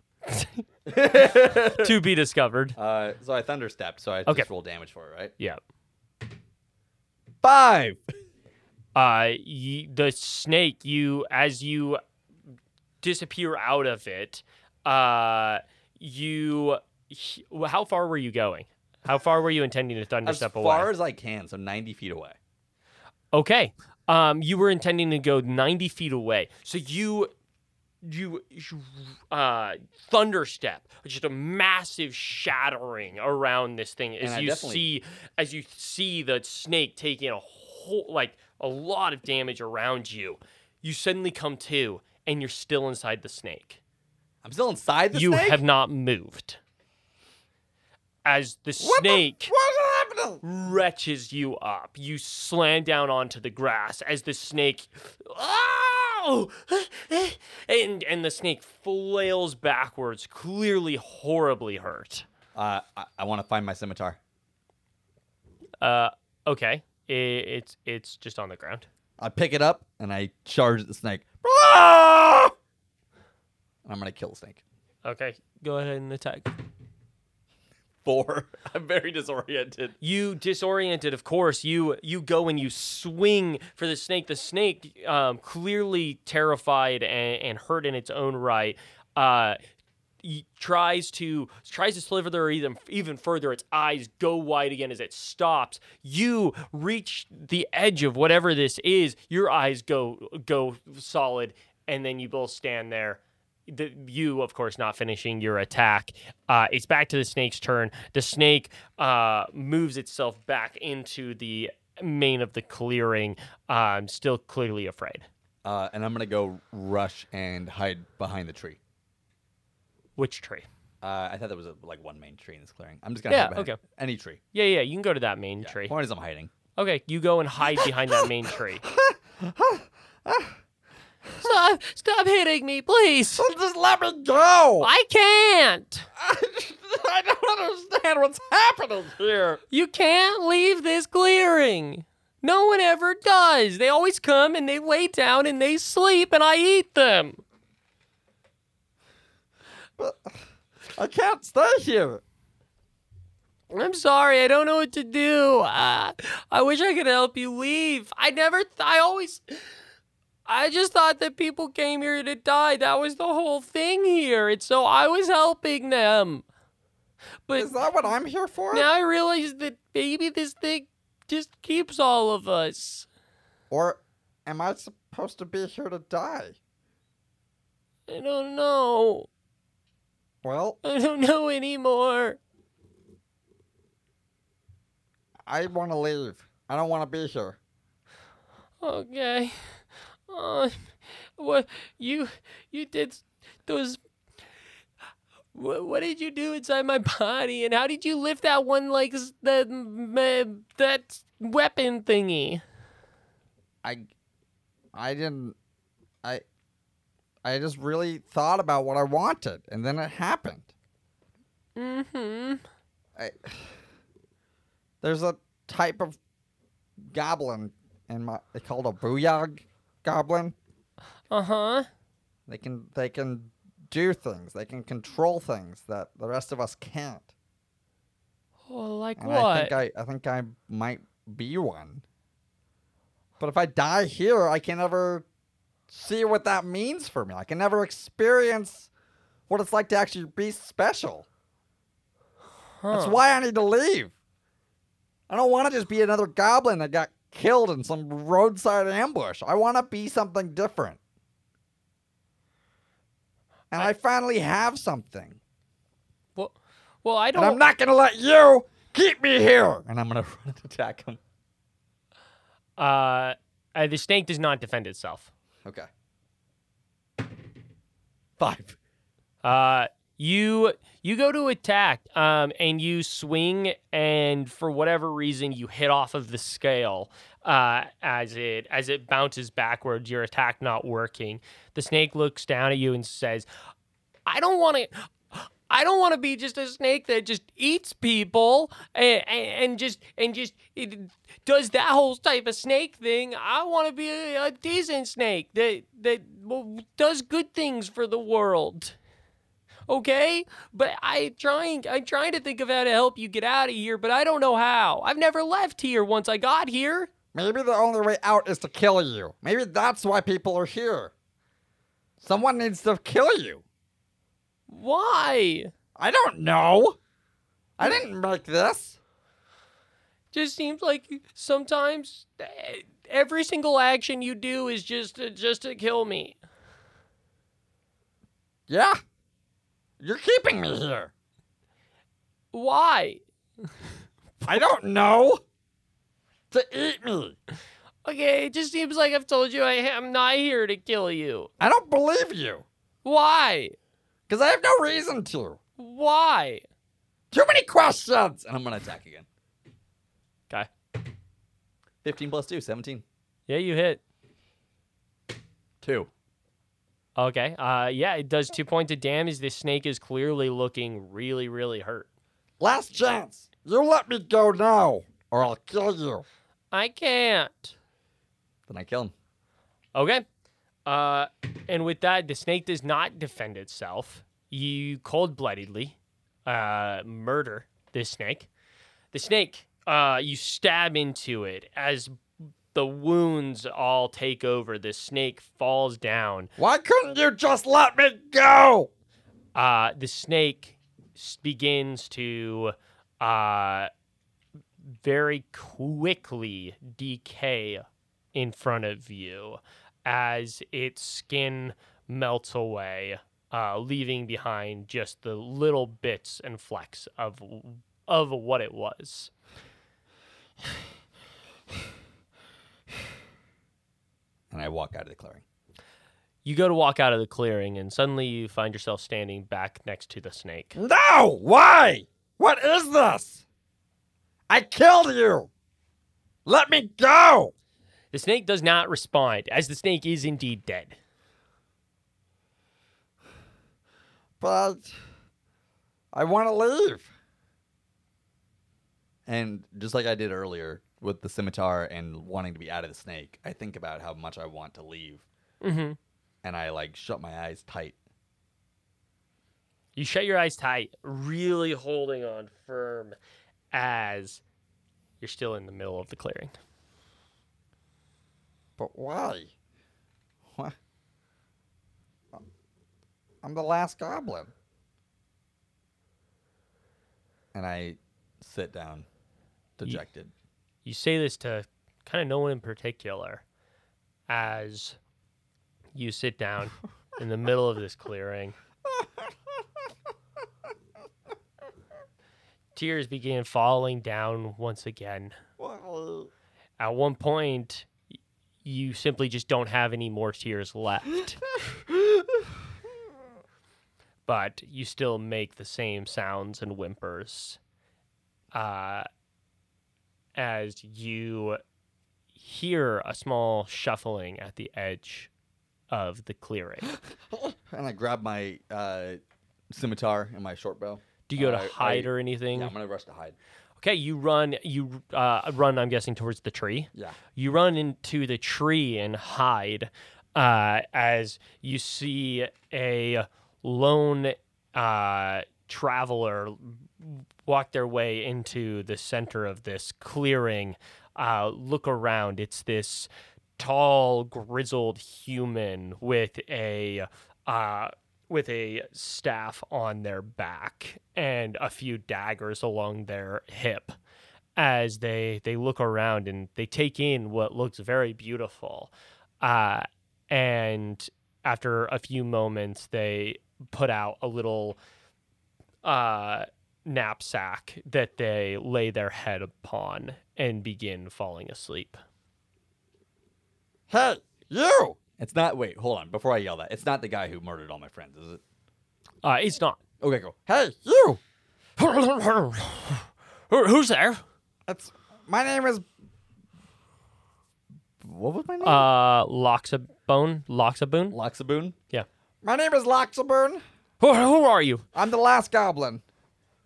to be discovered. Uh, so I thunderstep. So I Okay. just roll damage for it, right? Yeah. Five. Uh, y the snake. You as you disappear out of it. Uh, you. he- How far were you going? How far were you intending to As thunderstep away? far as I can, so 90 feet away. Okay. Um, you were intending to go 90 feet away. So you you uh thunderstep just a massive shattering around this thing as And I you definitely- see as you see the snake taking a whole like a lot of damage around you you suddenly come to and you're still inside the snake I'm still inside the you snake. have not moved as the What the- snake What's happening? retches you up. You slam down onto the grass as the snake Oh! and and the snake flails backwards, clearly horribly hurt. uh, I, I want to find my scimitar. Uh okay. I- it's it's just on the ground. I pick it up and I charge at the snake. Ah! And I'm gonna kill the snake. Okay. Go ahead and attack. four. I'm very disoriented. you disoriented of course you you go and you swing for the snake the snake um, clearly terrified and, and hurt in its own right uh y- tries to tries to slither even even further its eyes go wide again as it stops you reach the edge of whatever this is your eyes go go solid and then you both stand there the, you of course not finishing your attack uh, it's back to the snake's turn the snake uh, moves itself back into the main of the clearing um, still clearly afraid Uh, and I'm gonna go rush and hide behind the tree. which tree Uh, I thought there was a, like one main tree in this clearing. I'm just gonna hide Yeah, behind okay. any tree. yeah yeah you can go to that main tree Point is I'm hiding. okay you go and hide behind that main tree stop stop hitting me please Just let me go. i can't I, don't understand what's happening here. You can't leave this clearing. No one ever does. They always come and they lay down and they sleep and I eat them. I can't stay here. I'm sorry, I don't know what to do. Uh, I wish I could help you leave. I never, th- I always, I just thought that people came here to die. That was the whole thing here. And so I was helping them. But Is that what I'm here for? now I realize that maybe this thing just keeps all of us. Or am I supposed to be here to die? I don't know. Well, I don't know anymore. I want to leave. I don't want to be here. Okay. Um, what you you did s- those? What, what did you do inside my body, and how did you lift that one like s- the me- that weapon thingy? I I didn't I I just really thought about what I wanted and then it happened. Mm-hmm. I There's a type of goblin in my they called a booyag goblin. Uh huh. They can they can do things. They can control things that the rest of us can't. Oh, like And I what? think I, I think I might be one. But if I die here, I can never see what that means for me. I can never experience what it's like to actually be special. That's Huh. why I need to leave. I don't want to just be another goblin that got killed in some roadside ambush. I want to be something different. And I, finally have something. Well, well, I And I'm don't. not going to let you keep me here. And I'm gonna run and attack him. uh, uh, the snake does not defend itself. Okay. Five. Uh, you you go to attack, um, and you swing, and for whatever reason, you hit off of the scale uh, as it as it bounces backwards. Your attack not working. The snake looks down at you and says, "I don't want to." I don't want to be just a snake that just eats people and, and, and just and just it does that whole type of snake thing. I want to be a, a decent snake that that well, does good things for the world okay? But I trying I'm trying to think of how to help you get out of here, but I don't know how. I've never left here once I got here. Maybe the only way out is to kill you. Maybe that's why people are here. Someone needs to kill you. Why? I don't know. I didn't make this. Just seems like sometimes eh, every single action you do is just to, just to kill me. Yeah. You're keeping me here. Why? I don't know. To eat me. Okay, it just seems like I've told you I am not here to kill you. I don't believe you. Why? Because I have no reason to. Why? Too many questions. And I'm gonna attack again. Okay. 15 plus 2, 17. Yeah, you hit. Two. Okay. Uh yeah, it does 2 points of damage. This snake is clearly looking really really hurt. Last chance. You let me go now, or I'll kill you. I can't. Then I kill him. Okay. Uh, and with that, the snake does not defend itself. You cold bloodedly uh, murder this snake. The snake, uh, you stab into it as the wounds all take over. The snake falls down. Why couldn't you just let me go? Uh, the snake s- begins to uh, very quickly decay in front of you as its skin melts away, uh, leaving behind just the little bits and flecks of of what it was. And I walk out of the clearing. You go to walk out of the clearing, and suddenly you find yourself standing back next to the snake. No! Why? What is this? I killed you! Let me go! The snake does not respond, as the snake is indeed dead. But I want to leave. And just like I did earlier with the scimitar and wanting to be out of the snake, I think about how much I want to leave. Mm-hmm. And I like shut my eyes tight. You shut your eyes tight, really holding on firm as you're still in the middle of the clearing. But why? Why? I'm the last goblin. And I sit down, dejected. You say this to kind of no one in particular as you sit down in the middle of this clearing. Tears begin falling down once again. Why? At one point, y- you simply just don't have any more tears left. but you still make the same sounds and whimpers uh, as you hear a small shuffling at the edge of the clearing. And I grab my uh, scimitar and my short bow. Do you go to I- I- hide or anything? Yeah, I'm gonna rush to hide. Okay, you run. You uh, run. I'm guessing towards the tree. Yeah. You run into the tree and hide uh, as you see a lone uh, traveler walk their way into the center of this clearing. Uh, look around. It's this tall, grizzled human with a uh, with a staff on their back and a few daggers along their hip as they they look around and they take in what looks very beautiful uh, and after a few moments they put out a little uh, knapsack that they lay their head upon and begin falling asleep Hey, you! It's not. Wait, hold on. Before I yell that, it's not the guy who murdered all my friends, is it? uh, it's not Okay, cool. Hey, you! Who- who's there It's my name is What was my name? uh loxabone loxaboon Loxaboon. yeah my name is Loxaburn. who, who are you I'm the last goblin,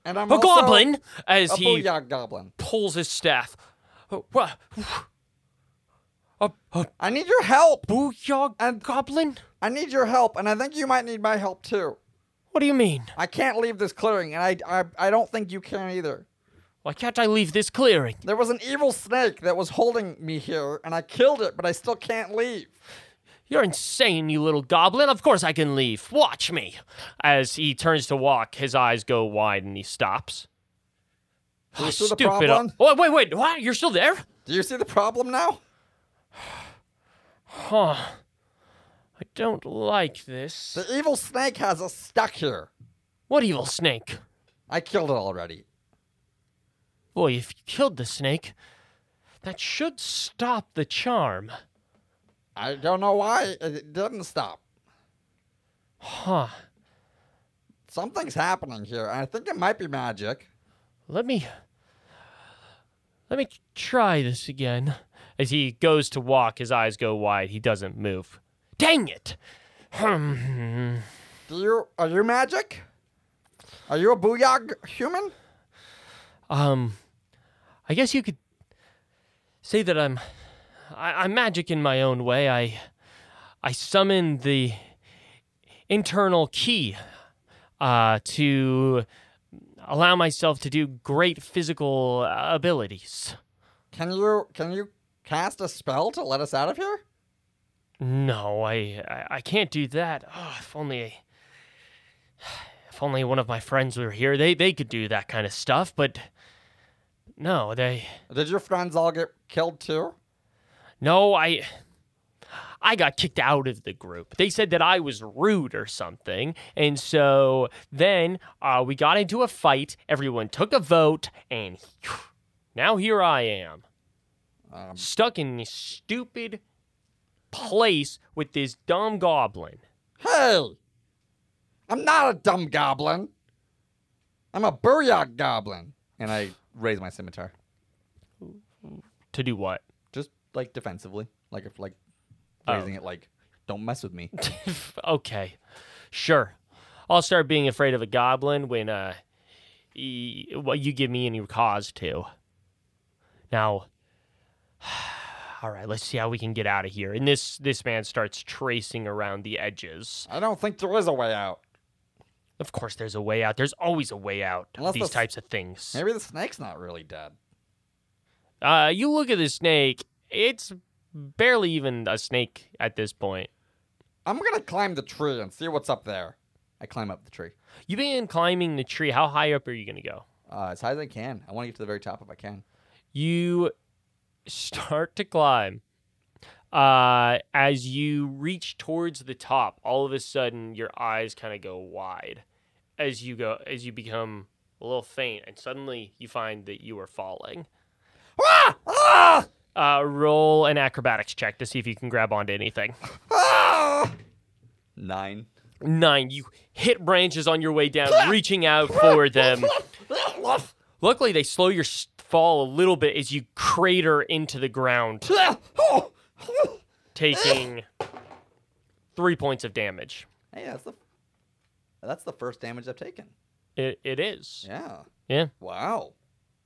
and I'm a also goblin as A he booyah goblin. pulls his staff. Uh, wha- A, a I need your help. booyah goblin? I need your help, and I think you might need my help too. What do you mean? I can't leave this clearing, and I, I, I don't think you can either. Why can't I leave this clearing? There was an evil snake that was holding me here, and I killed it, but I still can't leave. You're insane, you little goblin. Of course I can leave. Watch me. As he turns to walk, his eyes go wide and he stops. Do you see the Stupid. problem? Oh, wait, wait, what? You're still there? Do you see the problem now? Huh. I don't like this. The evil snake has us stuck here. What evil snake? I killed it already. Boy, if you killed the snake, that should stop the charm. I don't know why it didn't stop. Huh. Something's happening here, and I think it might be magic. let me let me try this again as he goes to walk his eyes go wide he doesn't move dang it Hmm. Do you are you magic? Are you a booyah g- human? um i guess you could say that i'm I, i'm magic in my own way i i summon the internal key uh to allow myself to do great physical uh, abilities. Can you can you cast a spell to let us out of here? No, I, I, I can't do that. Oh, if only, if only one of my friends were here. They, they could do that kind of stuff. But no, they, Did your friends all get killed too? no, I, I got kicked out of the group. They said that I was rude or something, and so then uh, we got into a fight. Everyone took a vote, and now here I am. Um, stuck in this stupid place with this dumb goblin. Hey! I'm not a dumb goblin. I'm a booyah goblin. And I raise my scimitar. To do what? Just like defensively. Like if like Oh. raising it like don't mess with me. okay, sure. I'll start being afraid of a goblin when uh, y- well, you give me any cause to. Now, all right, let's see how we can get out of here. And this this man starts tracing around the edges. I don't think there is a way out. Of course, there's a way out. There's always a way out. of Unless these the- types of things. Maybe the snake's not really dead. Uh, you look at the snake. It's barely even a snake at this point. I'm gonna climb the tree and see what's up there. I climb up the tree. You begin climbing the tree. How high up are you gonna go? Uh, as high as I can. I want to get to the very top if I can. You start to climb. Uh, as you reach towards the top, all of a sudden your eyes kind of go wide as you go as you become a little faint, and suddenly you find that you are falling. Ah! Ah! Uh, roll an acrobatics check to see if you can grab onto anything. Ah! Nine. Nine, you hit branches on your way down, reaching out for them. Luckily, they slow your s- fall a little bit as you crater into the ground, taking three points of damage. Hey, that's the that's the first damage I've taken. It, it is. Yeah. Yeah. Wow.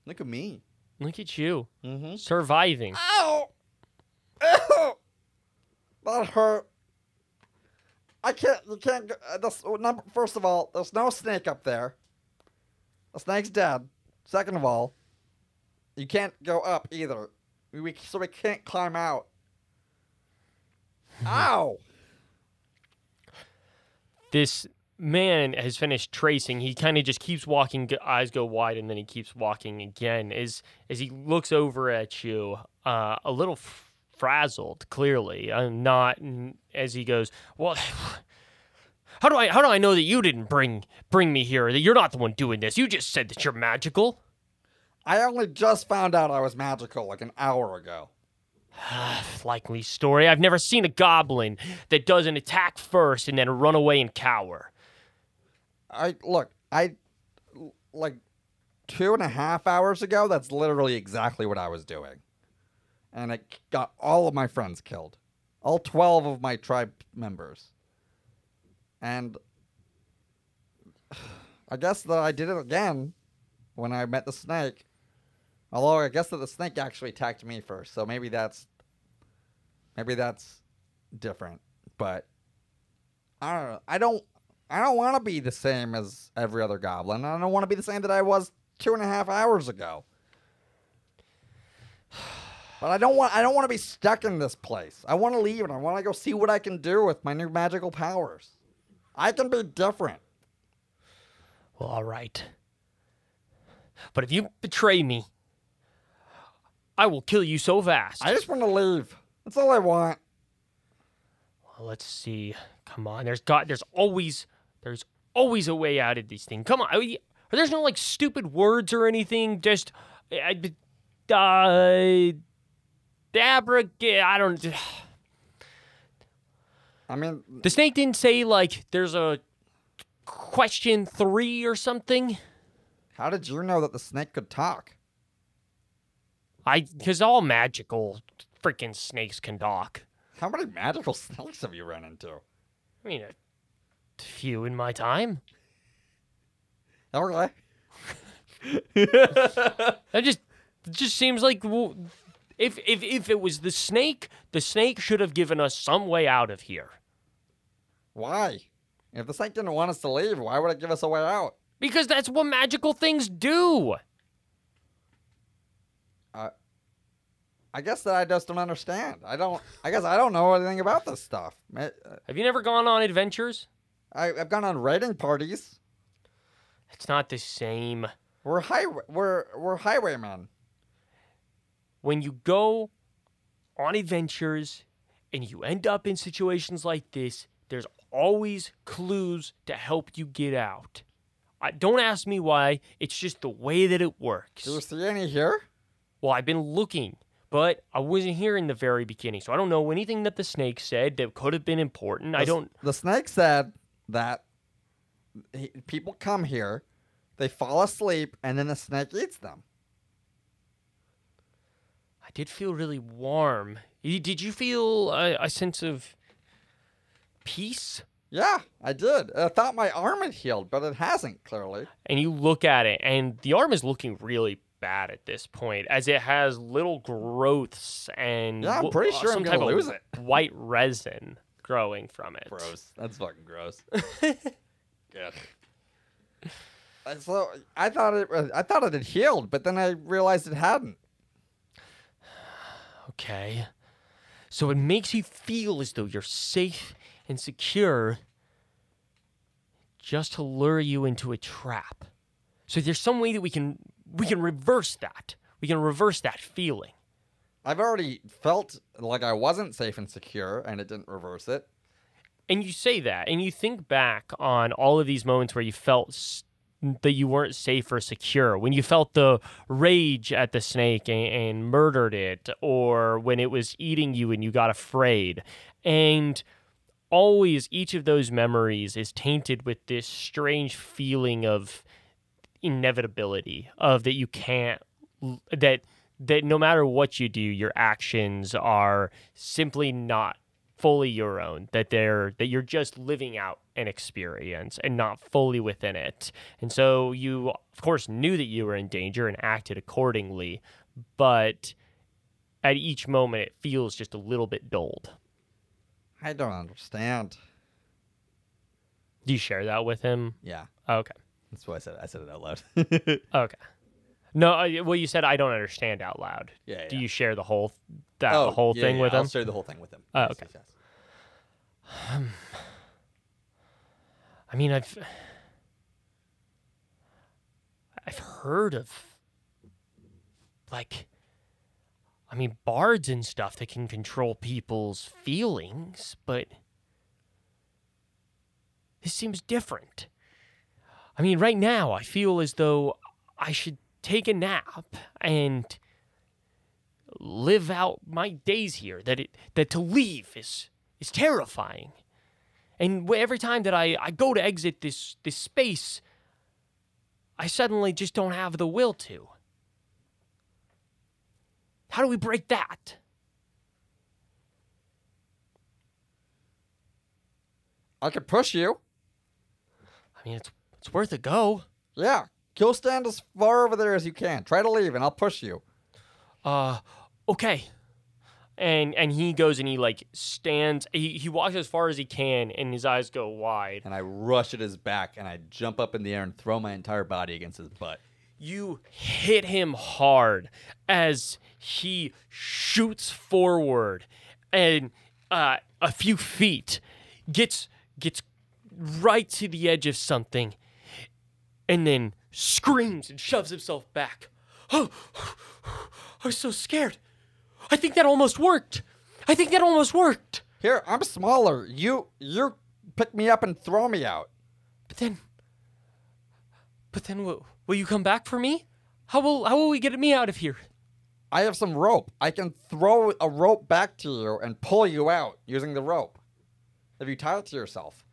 Look at me. Look at you Mm-hmm. surviving. Ow! Ow! That hurt. I can't. You can't. go- Uh, this, uh, number, first of all, there's no snake up there. The snake's dead. Second of all, you can't go up either. We, we so we can't climb out. Mm-hmm. Ow! This man has finished tracing. He kind of just keeps walking, g- eyes go wide, and then he keeps walking again. As as he looks over at you, uh, a little f- frazzled, clearly, uh, not n- as he goes. Well, how do I how do I know that you didn't bring bring me here? That you're not the one doing this. You just said that you're magical. I only just found out I was magical like an hour ago. Ah, Likely story. I've never seen a goblin that doesn't attack first and then run away and cower. I look, I like two and a half hours ago. That's literally exactly what I was doing, and it got all of my friends killed, all twelve of my tribe members, and I guess that I did it again when I met the snake. Although I guess that the snake actually attacked me first, so maybe that's maybe that's different. But I don't know. I don't I don't want to be the same as every other goblin. I don't want to be the same that I was two and a half hours ago. But I don't want I don't want to be stuck in this place. I want to leave and I want to go see what I can do with my new magical powers. I can be different. Well, all right. But if you betray me, I will kill you so fast. I just want to leave. That's all I want. Well, let's see. Come on. There's got. There's always. There's always a way out of these things. Come on. I mean, Are there's no like stupid words or anything? Just. I. I- Uh, abra- I don't. I mean, The snake didn't say like there's a question three or something. how did you know that the snake could talk? I because all magical freaking snakes can talk. How many magical snakes have you run into? I mean, a few in my time. Okay. That just it just seems like well, if if if it was the snake, the snake should have given us some way out of here. Why? If the snake didn't want us to leave, why would it give us a way out? Because that's what magical things do. I guess that I just don't understand. I don't. I guess I don't know anything about this stuff. Ma- Have you never gone on adventures? I, I've gone on raiding parties. It's not the same. We're highway. We're we're highwaymen. When you go on adventures and you end up in situations like this, there's always clues to help you get out. I, don't ask me why, it's just the way that it works. Do you see any here? Well, I've been looking, but I wasn't here in the very beginning, so I don't know anything that the snake said that could have been important. I The s- don't. The snake said that he, people come here, they fall asleep, and then the snake eats them. I did feel really warm. Y- Did you feel a, a sense of peace? Yeah, I did. I thought my arm had healed, but it hasn't. Clearly, And you look at it, and the arm is looking really bad at this point, as it has little growths and Yeah, I'm wh- pretty uh, sure I'm some gonna type lose of it. white resin growing from it. That's fucking gross. Ugh. Uh, so I thought it. was- I thought it had healed, but then I realized it hadn't. Okay. So it makes you feel as though you're safe and secure just to lure you into a trap. So there's some way that we can we can reverse that. We can reverse that feeling. I've already felt like I wasn't safe and secure, and it didn't reverse it. And you say that and you think back on all of these moments where you felt s- that you weren't safe or secure when you felt the rage at the snake and, and murdered it or when it was eating you and you got afraid and always each of those memories is tainted with this strange feeling of inevitability of that you can't that that no matter what you do your actions are simply not fully your own that they're that you're just living out an experience and not fully within it and so you of course knew that you were in danger and acted accordingly but at each moment it feels just a little bit dulled I don't understand. do you share that with him Yeah, okay That's why I said it. I said it out loud. Okay. No, I, well, you said I don't understand out loud. Yeah, Do yeah. Oh, you share the whole that Oh, whole yeah, thing yeah, with I'll him? share the whole thing with him. Oh, Yes, okay. yes, yes. I mean, I've I've heard of like I mean bards and stuff that can control people's feelings, but this seems different. I mean, right now I feel as though I should take a nap and live out my days here. That it that to leave is is terrifying. And wh- every time that I, I go to exit this this space, I suddenly just don't have the will to. How do we break that? I could push you. I mean, it's it's worth a go. Yeah, go stand as far over there as you can. Try to leave, and I'll push you. Uh, okay. And and he goes and he like stands. He he walks as far as he can, and his eyes go wide. And I rush at his back and I jump up in the air and throw my entire body against his butt. You hit him hard as he shoots forward and uh, a few feet gets gets right to the edge of something and then screams and shoves himself back. Oh, I was so scared. I think that almost worked. I think that almost worked. Here, I'm smaller. You you pick me up and throw me out. But then, but then, will, will you come back for me? How will how will we get me out of here? I have some rope. I can throw a rope back to you and pull you out using the rope. If you tie it to yourself.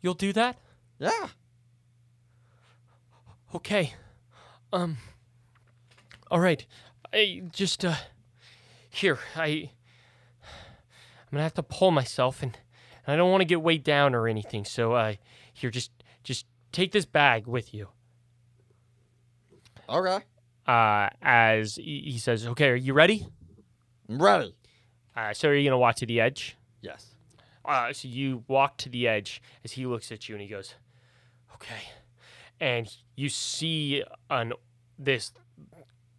You'll do that? Yeah. Okay. Um. All right. I just uh. Here, I. I'm gonna have to pull myself, and, and I don't want to get weighed down or anything. So, uh, here, just just take this bag with you. Okay. Uh, as he he says, okay, are you ready? I'm ready. Uh, so are you gonna walk to the edge? Yes. Uh, so you walk to the edge as he looks at you and he goes, okay and you see an this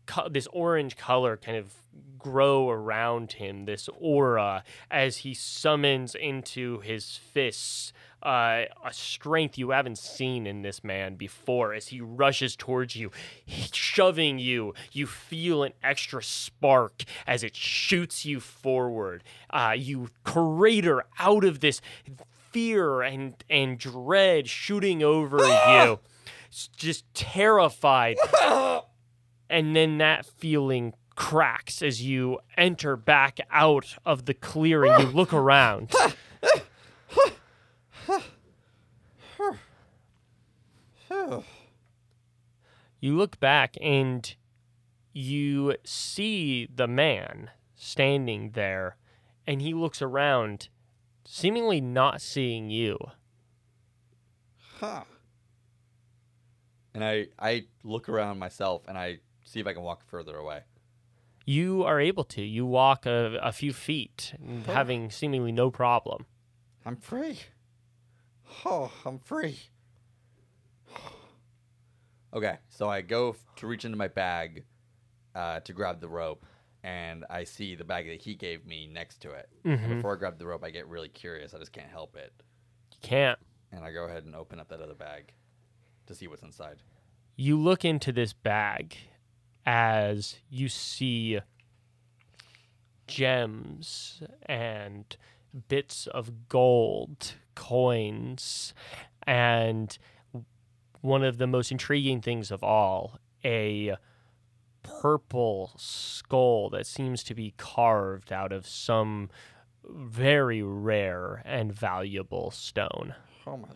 co- this orange color kind of grow around him this aura as he summons into his fists uh, a strength you haven't seen in this man before as he rushes towards you he- shoving you you feel an extra spark as it shoots you forward uh, you crater out of this fear and and dread shooting over you s- just terrified and then that feeling cracks as you enter back out of the clearing you look around you look back and you see the man standing there and he looks around seemingly not seeing you Huh. And I, I look around myself and I see if I can walk further away. you are able to you walk a, a few feet having seemingly no problem I'm free. Oh, I'm free. Okay, so I go f- to reach into my bag uh, to grab the rope, and I see the bag that he gave me next to it. And Mhm. before I grab the rope, I get really curious. I just can't help it. you can't And I go ahead and open up that other bag to see what's inside. you look into this bag as you see gems and bits of gold, coins, and one of the most intriguing things of all a purple skull that seems to be carved out of some very rare and valuable stone. Oh my.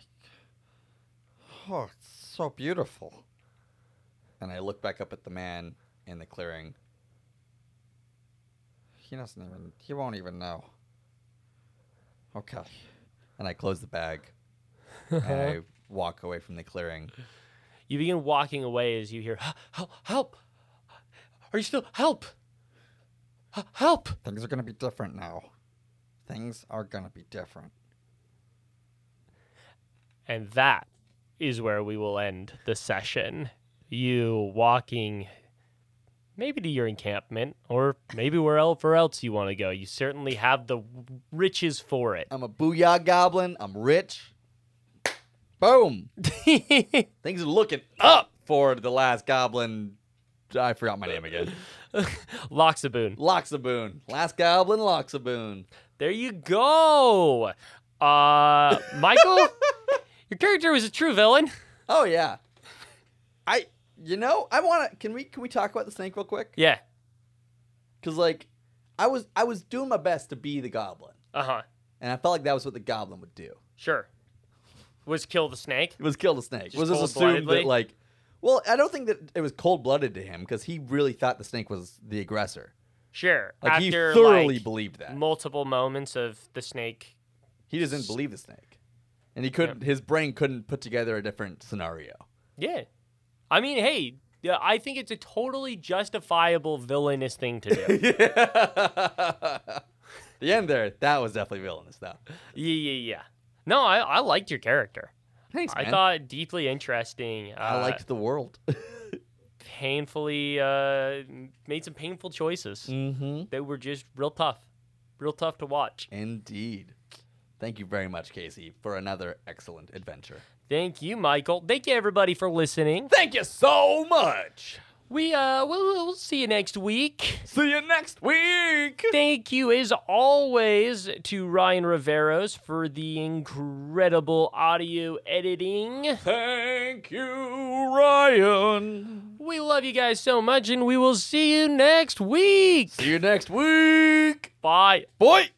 Oh, it's so beautiful. And I look back up at the man in the clearing. He doesn't even. He won't even know. Okay. and I close the bag and I walk away from the clearing. You begin walking away as you hear, "H- help, help. Are you still, help, H- help. Things are gonna be different now. Things are gonna be different. And that is where we will end the session. You walking maybe to your encampment or maybe wherever else you want to go. You certainly have the riches for it. I'm a booyah goblin. I'm rich. Boom. Things are looking up for the last goblin. I forgot my name again. Loxaboon. Loxaboon. Last goblin, Loxaboon. There you go. Uh, Michael, your character was a true villain. Oh yeah. I you know, I want to can we can we talk about the snake real quick? Yeah. Cuz like I was I was doing my best to be the goblin. Uh huh. And I felt like that was what the goblin would do. Sure. Was kill the snake. It was kill the snake. Just It was just assumed cold-bloodedly? that like, well, I don't think that it was cold blooded to him because he really thought the snake was the aggressor. Sure. Like he After thoroughly like, believed that. multiple moments of the snake. He doesn't believe the snake, and he couldn't. His brain couldn't put together a different scenario. Yeah. I mean, hey, yeah, I think it's a totally justifiable villainous thing to do. the end there, that was definitely villainous though. yeah, yeah, yeah. No, I, I liked your character. Thanks, man. I thought it deeply interesting. Uh, I liked the world. painfully uh, made some painful choices mm-hmm. that were just real tough, real tough to watch. Indeed. Thank you very much, Casey, for another excellent adventure. Thank you, Michael. Thank you, everybody, for listening. Thank you so much. We uh, we'll, we'll see you next week. See you next week. Thank you, as always, to Ryan Riveros for the incredible audio editing. Thank you, Ryan. We love you guys so much, and we will see you next week. See you next week. Bye. Boy.